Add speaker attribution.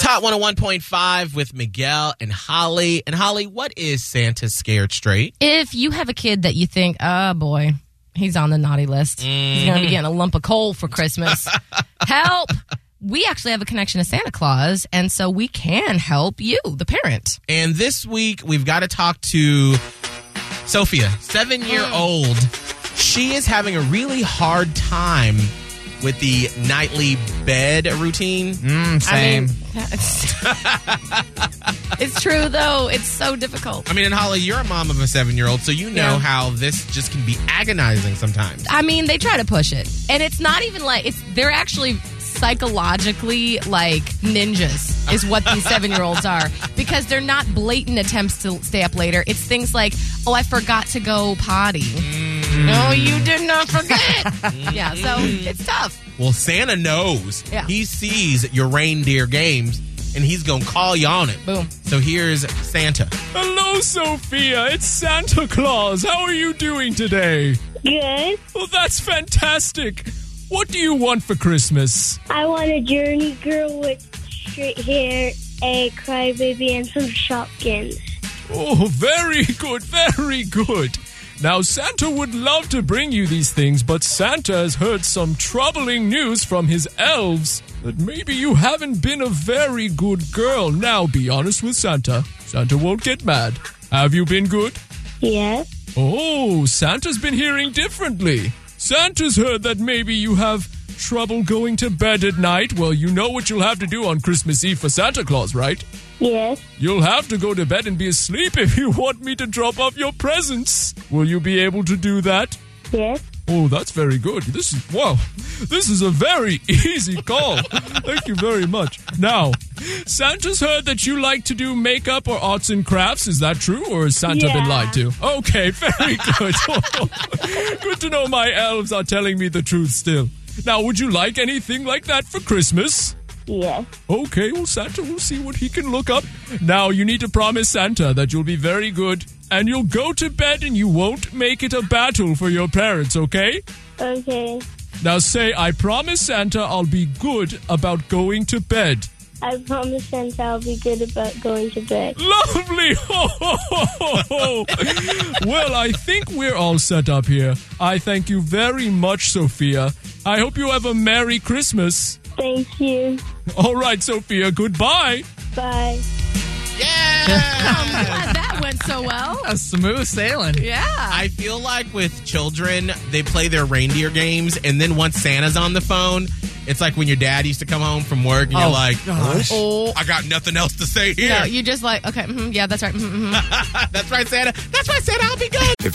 Speaker 1: Top 101.5 with Miguel and Holly. And Holly, what is Santa scared straight?
Speaker 2: If you have a kid that you think, oh boy, he's on the naughty list, he's going to be getting a lump of coal for Christmas, help! We actually have a connection to Santa Claus, and so we can help you, the parent.
Speaker 1: And this week, we've got to talk to Sophia, seven year
Speaker 2: Hmm.
Speaker 1: old. She is having a really hard time with the nightly bed routine.
Speaker 2: Hmm,
Speaker 3: Mm, same.
Speaker 2: I mean, it's, it's true, though. It's so difficult.
Speaker 1: I mean, and Holly, you're a mom of a seven year old, so you know
Speaker 2: Yeah.
Speaker 1: how this just can be agonizing sometimes.
Speaker 2: I mean, they try to push it, and it's not even like it's. They're actually psychologically like ninjas, is what these seven-year-olds are, because they're not blatant attempts to stay up later. It's things like, "Oh, I forgot to go potty." No, you did not forget. yeah, so it's tough.
Speaker 1: Well, Santa knows.
Speaker 2: Yeah.
Speaker 1: He sees your reindeer games and he's going to call you on it.
Speaker 2: Boom.
Speaker 1: So here's Santa.
Speaker 4: Hello, Sophia. It's Santa Claus. How are you doing today?
Speaker 5: Good.
Speaker 4: Well, that's fantastic. What do you want for Christmas?
Speaker 5: I want a journey girl with straight hair, a crybaby, and some shopkins.
Speaker 4: Oh, very good, very good. Now, Santa would love to bring you these things, but Santa has heard some troubling news from his elves that maybe you haven't been a very good girl. Now, be honest with Santa. Santa won't get mad. Have you been good?
Speaker 5: Yes.
Speaker 4: Oh, Santa's been hearing differently. Santa's heard that maybe you have trouble going to bed at night. Well, you know what you'll have to do on Christmas Eve for Santa Claus, right?
Speaker 5: Yes.
Speaker 4: You'll have to go to bed and be asleep if you want me to drop off your presents. Will you be able to do that?
Speaker 5: Yes.
Speaker 4: Oh, that's very good. This is wow. This is a very easy call. Thank you very much. Now, Santa's heard that you like to do makeup or arts and crafts. Is that true, or has Santa been
Speaker 5: Yeah.
Speaker 4: lied to? Okay, very good. good to know my elves are telling me the truth still. Now, would you like anything like that for Christmas?
Speaker 5: Yes.
Speaker 4: Okay, well, Santa will see what he can look up. Now, you need to promise Santa that you'll be very good and you'll go to bed and you won't make it a battle for your parents, okay?
Speaker 5: Okay.
Speaker 4: Now say, I promise Santa I'll be good about going to bed.
Speaker 5: I promise Santa I'll be good about going to bed.
Speaker 4: Lovely! Ho, ho, ho, ho, ho. well, I think we're all set up here. I thank you very much, Sophia. I hope you have a Merry Christmas.
Speaker 5: Thank you.
Speaker 4: All right, Sophia, goodbye.
Speaker 5: Bye.
Speaker 1: Yeah.
Speaker 2: Glad that went so well.
Speaker 3: That was smooth sailing.
Speaker 2: Yeah.
Speaker 1: I feel like with children, they play their reindeer games, and then once Santa's on the phone, it's like when your dad used to come home from work and you're like,
Speaker 2: Oh.
Speaker 1: I got nothing else to say here.
Speaker 2: No, you just like okay, mhm, yeah, that's right. mhm, mhm.
Speaker 1: That's right, Santa. That's right, Santa. I'll be good.
Speaker 6: If